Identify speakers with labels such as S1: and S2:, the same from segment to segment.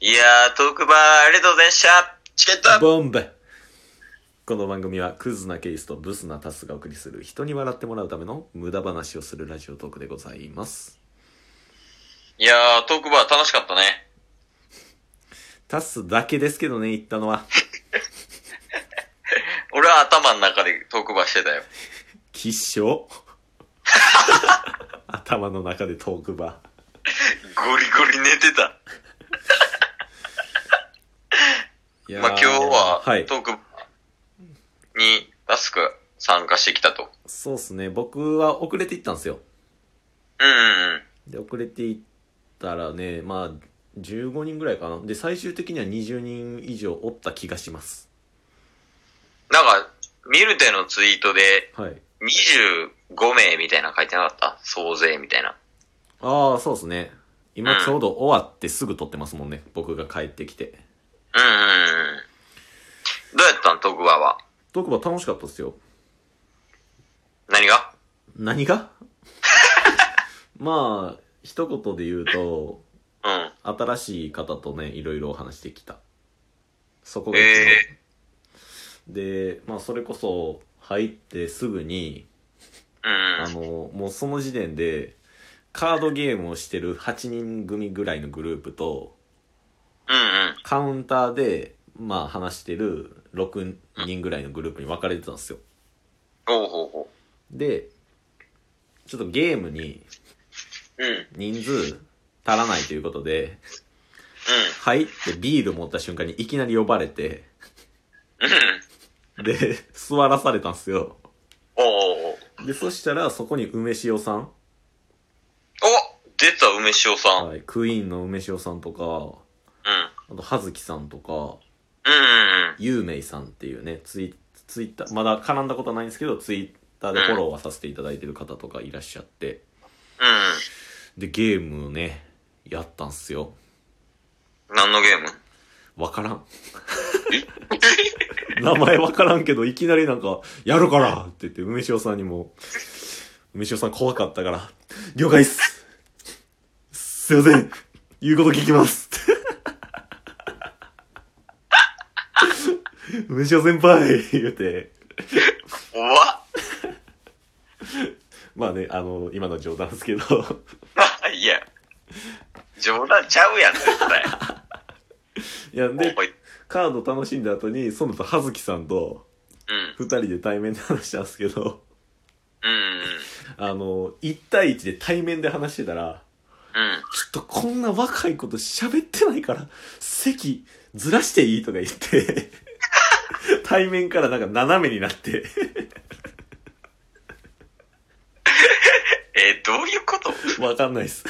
S1: いやー、トークバーありがとうございました。チケット
S2: ボンベこの番組はクズなケースとブスなタスがお送りする人に笑ってもらうための無駄話をするラジオトークでございます
S1: いやー、トークバー楽しかったね。
S2: タスだけですけどね言ったのは
S1: 俺は頭の中でトークバーしてたよ。
S2: 吉 祥頭の中でトークバー
S1: ゴリゴリ寝てた。
S2: いやー
S1: まあ今日は、
S2: はい
S1: トークバーにタスク参加してきたと。
S2: そうっすね僕は遅れて行ったんですよ
S1: うんうんうん。
S2: で遅れていったらねまあ15人ぐらいかなで最終的には20人以上おった気がします
S1: なんか、ミルテのツイートで
S2: はい
S1: 25名みたいなの書いてなかった総勢みたいな。
S2: ああそうですね今ちょうど終わってすぐ撮ってますもんね僕が帰ってきて
S1: うんうんうん。どうやったんトークバーは。
S2: 特番楽しかったですよ
S1: 何が
S2: 何が まあ一言で言うと
S1: うん。
S2: 新しい方とねいろいろお話してきたそこが一番、
S1: え
S2: でまあそれこそ入ってすぐに
S1: えー。うん
S2: あ
S1: うん。
S2: の、もうその時点で、カードゲームをしてる8人組ぐらいのグループと、
S1: うんうん。
S2: カウンターで、まあ話してる6人ぐらいのグループに分かれてたんですよ。
S1: おうほうほ
S2: で、ちょっとゲームに
S1: う。うん。うん。
S2: 人数足らないということで、入ってビール持った瞬間にいきなり呼ばれて、
S1: うん。
S2: で、座らされたんですよ。
S1: おうおうおう
S2: で、そしたらそこに梅塩さん、
S1: お出た、梅塩さん。うん。
S2: はい、クイーンの梅塩さんとか、あと葉月さんとか、
S1: うんうんうん。
S2: ゆうめいさんっていうねツイツイッターまだ絡んだことはないんですけどツイッターでフォローはさせていただいてる方とかいらっしゃって
S1: う
S2: でゲームをねやったんすよ
S1: ん。何のゲーム
S2: わからん名前わからんけどいきなりなんか「やるから!」って言って梅塩さんにも「梅塩さん怖かったから了解っすすいません言うこと聞きます」 梅塩先輩言うて
S1: 怖わ
S2: まあね、あの、今の冗談ですけど、
S1: いや。冗談ちゃうやん、絶対。
S2: いや、で
S1: お、い
S2: カード楽しんだ後に、そのと葉月さんと
S1: うん。
S2: 二人で対面で話したんですけど、
S1: うんうん
S2: あの、一対一で対面で話してたら、
S1: うん。うん。
S2: ちょっとこんな若い子と喋ってないから、席ずらしていいとか言って、対面からなんか斜めになって、
S1: え、どういう こと
S2: わかんないっす。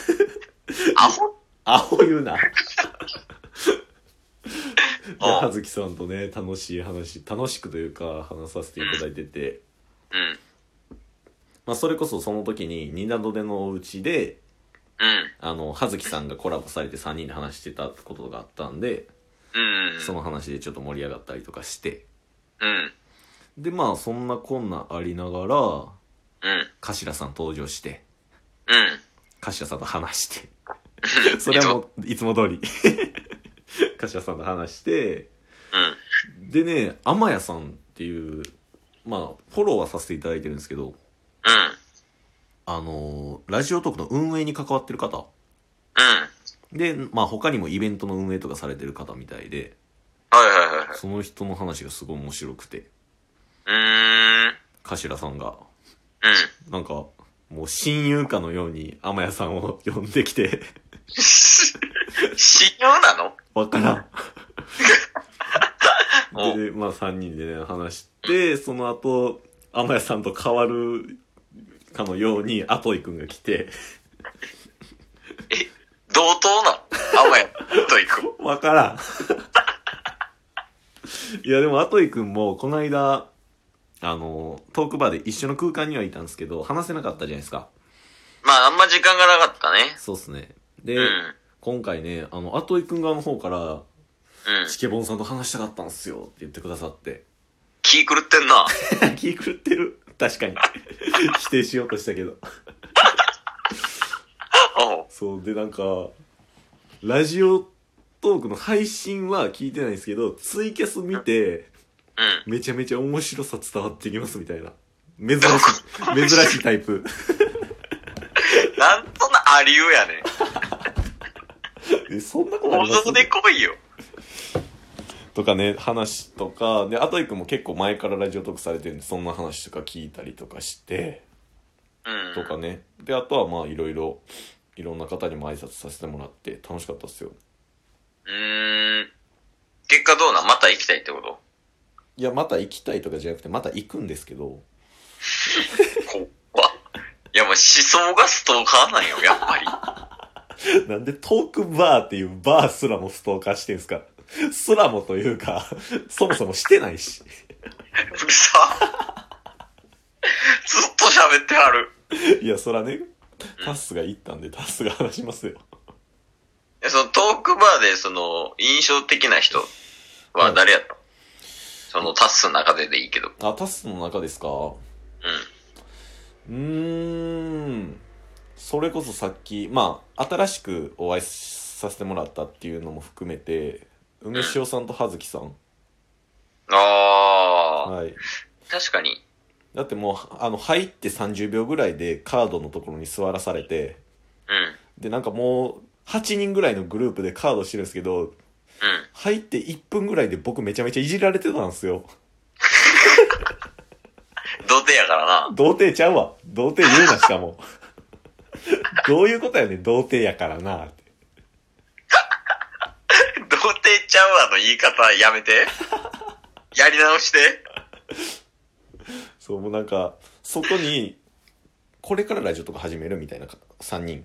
S1: アホ
S2: アホ言うな。で、
S1: あ
S2: 葉月さんとね、楽しい話、楽しくというか、話させていただいてて、
S1: うん。
S2: まあ、それこそその時に二度手のおうちで
S1: うん。
S2: あの葉月さんがコラボされて3人で話してたことがあったんで
S1: うんうん。
S2: その話でちょっと盛り上がったりとかして
S1: うん。
S2: でまあそんなこんなありながら
S1: うん。
S2: 頭さん登場して
S1: うん。
S2: 頭さんと話して
S1: うん
S2: それはもういつも通り 頭さんと話して
S1: うん。
S2: でね天谷さんっていうまあフォローはさせていただいてるんですけど
S1: うん。
S2: あのーラジオトークの運営に関わってる方
S1: うん。
S2: で、まあ他にもイベントの運営とかされてる方みたいで、
S1: はいはいはいはい。
S2: その人の話がすごい面白くて、
S1: うーん。
S2: 頭さんが、
S1: うん。
S2: なんか、もう親友かのように天谷さんを呼んできて、
S1: 信用なの
S2: わからん。
S1: お
S2: で、まあ3人でね、話して、その後、天谷さんと変わるかのように、アトイくんが来て、
S1: 同等なのあまや。と行く。
S2: わからん。 いや、でも、アトイくんも、この間、あの、トークバーで一緒の空間にはいたんですけど、話せなかったじゃないですか。
S1: まあ、あんま時間がなかったね。
S2: そうっすね。で、
S1: うん。うん。
S2: 今回ね、あの、アトイくん側の方から、
S1: うん
S2: チケボンさんと話したかったんすよって言ってくださって。
S1: 気狂ってん な。
S2: 気狂ってる。確かに。否定しようとしたけど。
S1: おう
S2: そう、で、なんか、ラジオトークの配信は聞いてないんですけど、ツイキャス見て、
S1: うん。
S2: めちゃめちゃ面白さ伝わってきますみたいな。珍しい、珍しいタイプ。
S1: なんとなありうやねん。
S2: えそんな ことあ
S1: お
S2: ります
S1: ぞで来いよ。
S2: とかね、話とか、で、あといくんも結構前からラジオトークされてるんで、そんな話とか聞いたりとかして、
S1: うん。
S2: とかね。で、あとはまあいろいろ、いろんな方にも挨拶させてもらって楽しかったっすよ。
S1: うーん。結果どうなんまた行きたいってこと
S2: いや、また行きたいとかじゃなくて、また行くんですけど、
S1: 怖っ。いや、もう思想がストーカーなんよ、やっぱり。
S2: なんでトークバーっていうバーすらもストーカーしてんすか すらもというか、そもそもしてないし。
S1: う るさ。ずっと喋ってはる。
S2: いや、そらね、タスが行ったんでタスが話しますよ。
S1: えそのトークバーで、その、印象的な人は誰やった、そのタッスの中ででいいけど。うん。
S2: あ、タスの中ですかうーん。それこそさっき、まあ、新しくお会いさせてもらったっていうのも含めて、梅塩さんと葉月さん。
S1: ああ、
S2: はい。
S1: 確かに。
S2: だってもう、あの、入って30秒ぐらいでカードのところに座らされて、
S1: うん。うん。
S2: で、なんかもう、8人ぐらいのグループでカードしてるんですけど、入って1分ぐらいで僕めちゃめちゃいじられてたんですよ。
S1: 童貞やから な。
S2: 童貞ちゃうわ。童貞言うな、しかも。 どういうことやねん、童貞やからなって。
S1: 童貞ちゃうわの言い方やめ て。やり直して。
S2: そう、もうなんか、そこに、これからラジオとか始めるみたいな3人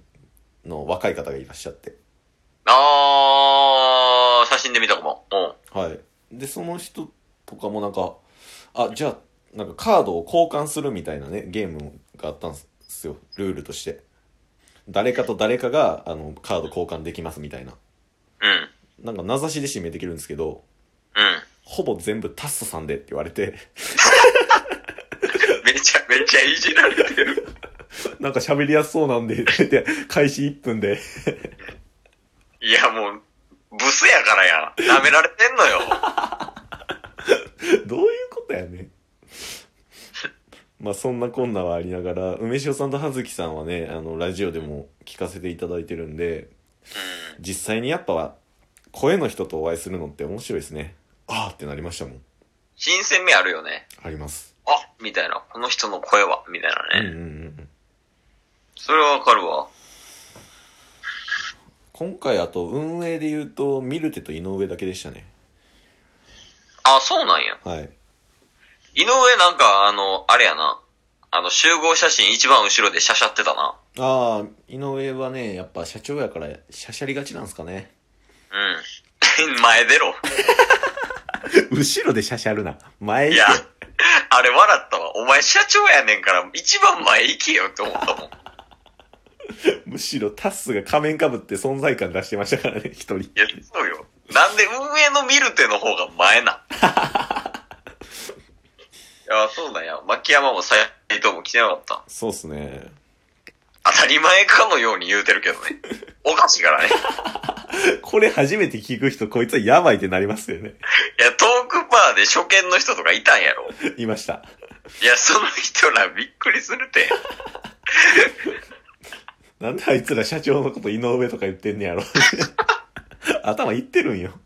S2: の若い方がいらっしゃって。
S1: ああ、写真で見たかも。うん。
S2: はい。で、その人とかもなんか、あ、じゃあ、なんかカードを交換するみたいなね、ゲームがあったんですよ。ルールとして。誰かと誰かが、あの、カード交換できますみたいな。
S1: うん。
S2: なんか名指しで指名できるんですけど、
S1: う
S2: ほぼ全部タッソさんでって言われて、
S1: ん。めちゃめちゃいじられてる。
S2: なんか喋りやすそうなんで、って言って開始1分で。
S1: いや、もう、ブスやからやん。舐められてんのよ。
S2: どういうことやねんまあそんなこんなはありながら梅塩さんと葉月さんはねあのラジオでも聞かせていただいてるんで実際にやっぱ声の人とお会いするのって面白いですねああってなりましたもん
S1: 新鮮味あるよね。
S2: あります
S1: あみたいな。この人の声は、みたい
S2: うん
S1: な
S2: うん
S1: ね。
S2: うんうん
S1: それはわかるわ。
S2: 今回あと運営で言うとミルテと井上だけでしたね
S1: あ、そうなんや。
S2: はい
S1: 井上なんか、あの、あれやな。あの、集合写真一番後ろでしゃしゃってたな。
S2: ああ井上はねやっぱ社長やからしゃしゃりがちなんすかね
S1: うん。 前出ろ。
S2: 後ろでしゃしゃるな前
S1: いや、あれ笑ったわ。お前社長やねんから、一番前行けよって思 ったもん。
S2: むしろタッスが仮面かぶって存在感出してましたからね、一人。
S1: いや、そうよ。なんで運営のミルテの方が前 なんいや、そうなんや。牧山も斎藤も来てなかった。
S2: そうっすね。
S1: 当たり前かのように言うてるけどね。おかしいからね。
S2: これ初めて聞く人、こいつはやばいってなりますよね。
S1: いや、トークバーで初見の人とかいたんやろ。
S2: いました。
S1: いや、その人らびっくりするて。
S2: なんであいつら社長のこと井上とか言ってんね やろ。頭いってるんよ。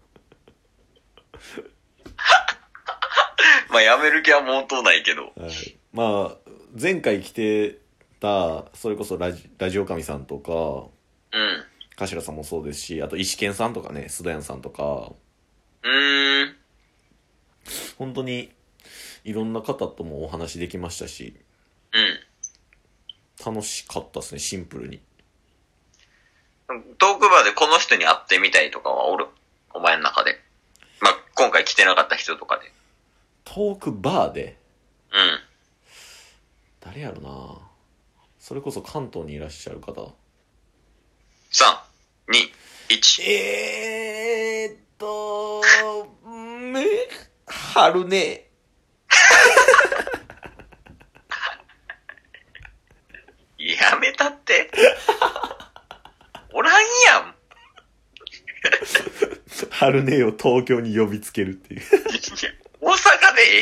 S1: まあ、やめる気はもうとうないけど。
S2: はい、まあ、前回来てた、それこそラジラジオ神さんとか、
S1: うん。
S2: 頭さんもそうですし、あと石健さんとかね、須田屋さんとか、
S1: うーん。
S2: 本当にいろんな方ともお話できましたし、楽しかったですね、シンプルに。
S1: うん。トークバーでこの人に会ってみたいとかはおる。お前の中で。まあ、今回来てなかった人とかで。
S2: トークバーで、
S1: うん。
S2: 誰やろなそれこそ関東にいらっしゃる方
S1: 3、2、1。
S2: えーっとめ春ね
S1: やめたって。おらんやん。
S2: 春姉を東京に呼びつけるっていう。
S1: 大阪でええ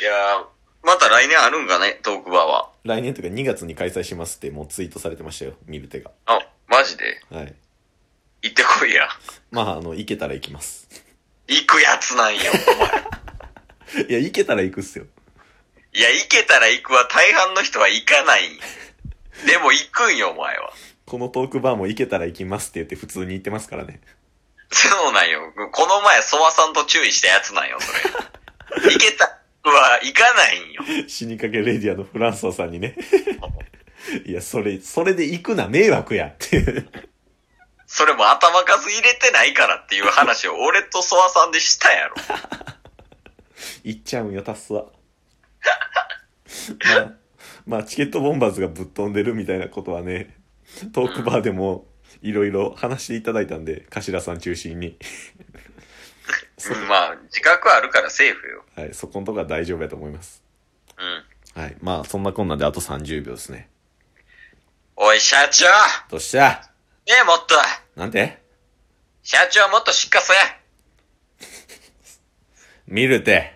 S1: いやー、また来年あるんかね、トークバーは。
S2: 来年というか2月に開催しますってもうツイートされてましたよ、ミルテが。
S1: あ、マジで
S2: はい。
S1: 行ってこいや。
S2: まあ、あの、行けたら行きます。
S1: 行くやつなんよ、お前。
S2: いや、行けたら行くっすよ。
S1: いや、行けたら行くわ。大半の人は行かないんよ。でも行くんよ、お前は。
S2: このトークバーも行けたら行きますって言って普通に言ってますからね。
S1: そうなんよ。この前、ソワさんと注意したやつなんよ、それ。行けたは行かないんよ。
S2: 死にかけレディアのフランソワさんにね。 いや、それ、それで行くな、迷惑やっていう。
S1: それも頭数入れてないからっていう話を俺とソワさんでしたやろ。
S2: 行っちゃうんよ、タスは。 まあ、まあ、チケットボンバーズがぶっ飛んでるみたいなことはね、トークバーでもいろいろ話していただいたんで、頭さん中心に。そ
S1: うんまあ、自覚あるからセーフよ。
S2: はい、そこんとこは大丈夫やと思います。
S1: うん。
S2: はい、まあ、そんなこんなんであと30秒ですね。
S1: おい、社長
S2: どっしゃ
S1: ねえ、もっと
S2: なんて
S1: 社長もっとしっかせ
S2: 見るて。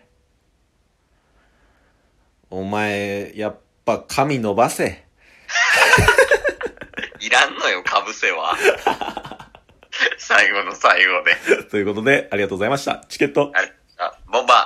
S2: お前、やっぱ髪伸ばせ。
S1: いらんのよ、かぶせは。最後の最後で。
S2: ということで、ありがとうございました。チケット。
S1: あれ、あ、ボンバー